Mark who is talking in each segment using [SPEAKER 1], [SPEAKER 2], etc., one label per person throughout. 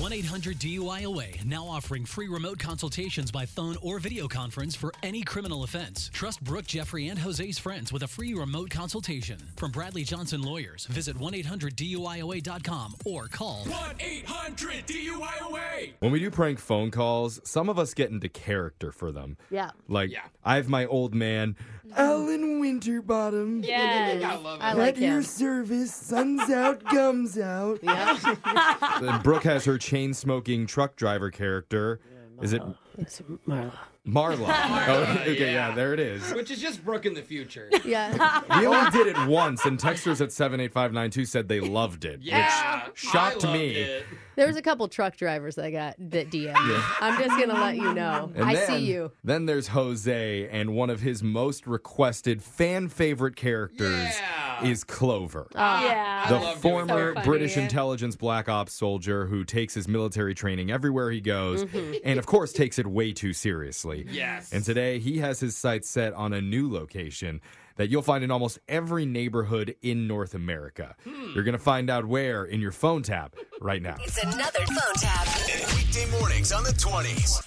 [SPEAKER 1] 1 800 DUIOA now offering free remote consultations by phone or video conference for any criminal offense. Trust Brooke, Jeffrey, and Jose's friends with a free remote consultation. From Bradley Johnson Lawyers, visit 1 800 DUIOA.com or call
[SPEAKER 2] 1 800 DUIOA.
[SPEAKER 3] When we do prank phone calls, some of us get into character for them.
[SPEAKER 4] Yeah.
[SPEAKER 3] Like, I have my old man, Alan Winterbottom.
[SPEAKER 4] Yes.
[SPEAKER 5] love
[SPEAKER 4] I like him.
[SPEAKER 3] service, sun's out, gums out. and Brooke has her chain smoking truck driver character. Is it
[SPEAKER 6] It's Marla.
[SPEAKER 3] Marla? oh, okay, yeah. there it is.
[SPEAKER 5] Which is just Brooke in the future.
[SPEAKER 4] Yeah.
[SPEAKER 3] We only did it once, and texters at 78592 said they loved it,
[SPEAKER 5] Yeah,
[SPEAKER 3] which shocked
[SPEAKER 5] I loved
[SPEAKER 3] me.
[SPEAKER 5] it.
[SPEAKER 4] There was a couple truck drivers that got that DM. I'm just gonna let you know.
[SPEAKER 3] And
[SPEAKER 4] I
[SPEAKER 3] then,
[SPEAKER 4] see you.
[SPEAKER 3] Then there's Jose, and one of his most requested fan favorite characters
[SPEAKER 5] Yeah.
[SPEAKER 3] is Clover.
[SPEAKER 5] I
[SPEAKER 3] the
[SPEAKER 5] love doing
[SPEAKER 3] former
[SPEAKER 5] that.
[SPEAKER 3] British intelligence black ops soldier who takes his military training everywhere he goes
[SPEAKER 4] Mm-hmm.
[SPEAKER 3] and, of course, takes it way too seriously.
[SPEAKER 5] Yes.
[SPEAKER 3] And today he has his sights set on a new location that you'll find in almost every neighborhood in North America.
[SPEAKER 5] Hmm.
[SPEAKER 3] You're going to find out where in your phone tap right now.
[SPEAKER 7] It's another phone tap.
[SPEAKER 8] Weekday mornings on the 20s.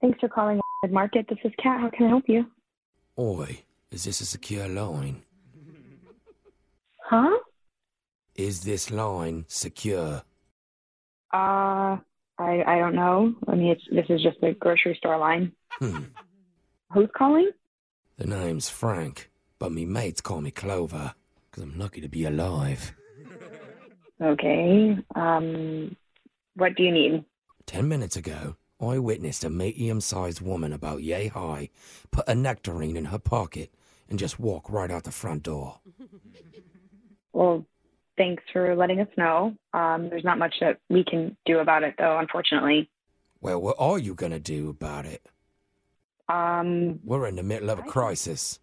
[SPEAKER 9] Thanks for calling Market. This is Kat. How can I help you?
[SPEAKER 10] Oi, is this a secure line?
[SPEAKER 9] Huh?
[SPEAKER 10] Is this line secure?
[SPEAKER 9] Uh, I I don't know. I mean, it's this is just a grocery store line.
[SPEAKER 10] Hmm.
[SPEAKER 9] Who's calling?
[SPEAKER 10] The name's Frank, but me mates call me Clover, 'cause I'm lucky to be alive.
[SPEAKER 9] Okay. Um, what do you need?
[SPEAKER 10] Ten minutes ago, I witnessed a medium sized woman about yay high put a nectarine in her pocket and just walk right out the front door.
[SPEAKER 9] Well, thanks for letting us know. Um, there's not much that we can do about it, though, unfortunately.
[SPEAKER 10] Well, what are you gonna do about it?
[SPEAKER 9] Um,
[SPEAKER 10] We're in the middle of a crisis.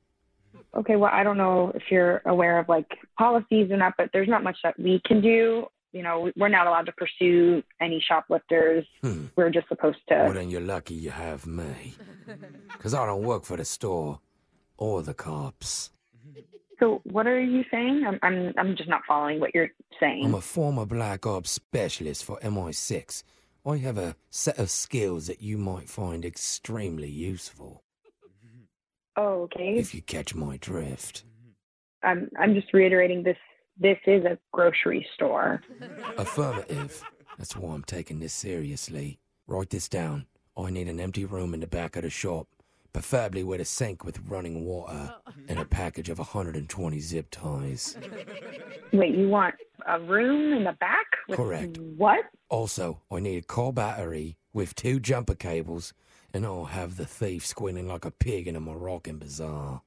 [SPEAKER 9] okay. Well, I don't know if you're aware of like policies or not, but there's not much that we can do. You know, we- we're not allowed to pursue any shoplifters.
[SPEAKER 10] Hmm.
[SPEAKER 9] We're just supposed to.
[SPEAKER 10] Well, then you're lucky you have me, 'cause I don't work for the store or the cops.
[SPEAKER 9] So what are you saying? I'm I'm I'm just not following what you're saying.
[SPEAKER 10] I'm a former Black Ops specialist for MI6. I have a set of skills that you might find extremely useful,
[SPEAKER 9] oh, okay.
[SPEAKER 10] if you catch my drift.
[SPEAKER 9] I'm I'm just reiterating this. This is a grocery store.
[SPEAKER 10] Affirmative. That's why I'm taking this seriously. Write this down. I need an empty room in the back of the shop, preferably with a sink with running water and a package of 120 zip ties.
[SPEAKER 9] Wait, you want a room in the back? With
[SPEAKER 10] Correct.
[SPEAKER 9] What?
[SPEAKER 10] Also, I need a car battery with two jumper cables, and I'll have the thief squealing like a pig in a Moroccan bazaar.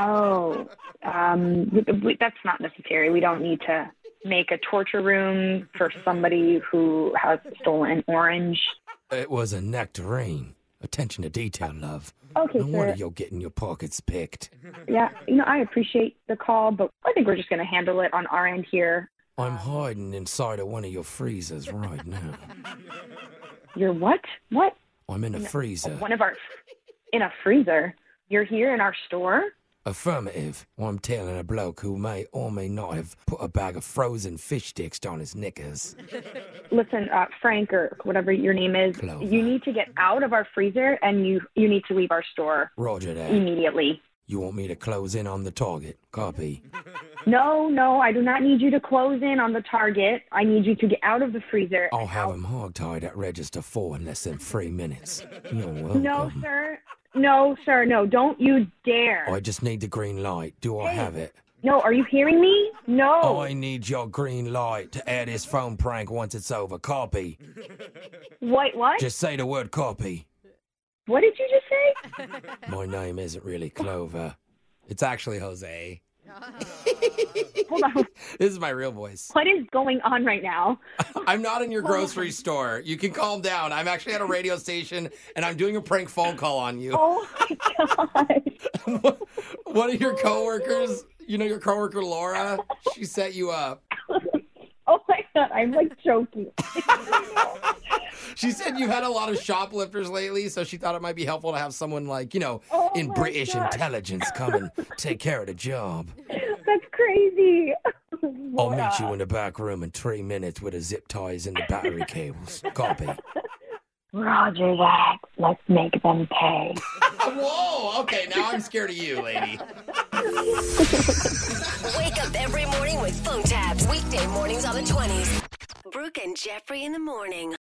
[SPEAKER 9] Oh, um, w- w- that's not necessary. We don't need to make a torture room for somebody who has stolen an orange.
[SPEAKER 10] It was a nectarine. Attention to detail, love.
[SPEAKER 9] Okay,
[SPEAKER 10] No wonder
[SPEAKER 9] sir.
[SPEAKER 10] you're getting your pockets picked.
[SPEAKER 9] Yeah, you know I appreciate the call, but I think we're just gonna handle it on our end here.
[SPEAKER 10] I'm hiding inside of one of your freezers right now.
[SPEAKER 9] You're what? What?
[SPEAKER 10] I'm in a freezer.
[SPEAKER 9] One of our in a freezer. You're here in our store.
[SPEAKER 10] Affirmative. I'm telling a bloke who may or may not have put a bag of frozen fish sticks down his knickers.
[SPEAKER 9] listen, uh, Frank or whatever your name is,
[SPEAKER 10] Clover.
[SPEAKER 9] you need to get out of our freezer and you you need to leave our store
[SPEAKER 10] Roger
[SPEAKER 9] Mm.
[SPEAKER 10] that.
[SPEAKER 9] immediately.
[SPEAKER 10] You want me to close in on the target? Copy.
[SPEAKER 9] No, no, I do not need you to close in on the target. I need you to get out of the freezer.
[SPEAKER 10] I'll have him hogtied at register four in less than three minutes. You're welcome.
[SPEAKER 9] No, sir. No, sir. No, don't you dare.
[SPEAKER 10] Oh, I just need the green light. Do I have it?
[SPEAKER 9] No, are you hearing me? No.
[SPEAKER 10] Oh, I need your green light to air this phone prank once it's over. Copy.
[SPEAKER 9] Wait, what?
[SPEAKER 10] Just say the word copy.
[SPEAKER 9] What did you just say?
[SPEAKER 10] My name isn't really Clover. It's actually Jose.
[SPEAKER 9] Hold on.
[SPEAKER 10] This is my real voice.
[SPEAKER 9] What is going on right now?
[SPEAKER 10] I'm not in your grocery store. You can calm down. I'm actually at a radio station and I'm doing a prank phone call on you.
[SPEAKER 9] Oh my god.
[SPEAKER 10] One of your coworkers, you know your coworker Laura, she set you up.
[SPEAKER 9] Oh my god. I'm like choking.
[SPEAKER 10] She said you've had a lot of shoplifters lately, so she thought it might be helpful to have someone like, you know,
[SPEAKER 9] Oh
[SPEAKER 10] in
[SPEAKER 9] my
[SPEAKER 10] British
[SPEAKER 9] gosh.
[SPEAKER 10] intelligence come and take care of the job.
[SPEAKER 9] That's crazy.
[SPEAKER 10] I'll meet you in the back room in three minutes with the zip ties and the battery cables. Copy.
[SPEAKER 9] Roger that. Let's make them pay.
[SPEAKER 6] Whoa, okay, now I'm scared of you, lady.
[SPEAKER 7] Wake up every morning with phone tabs. Weekday mornings on the 20s. Brooke and Jeffrey in the morning.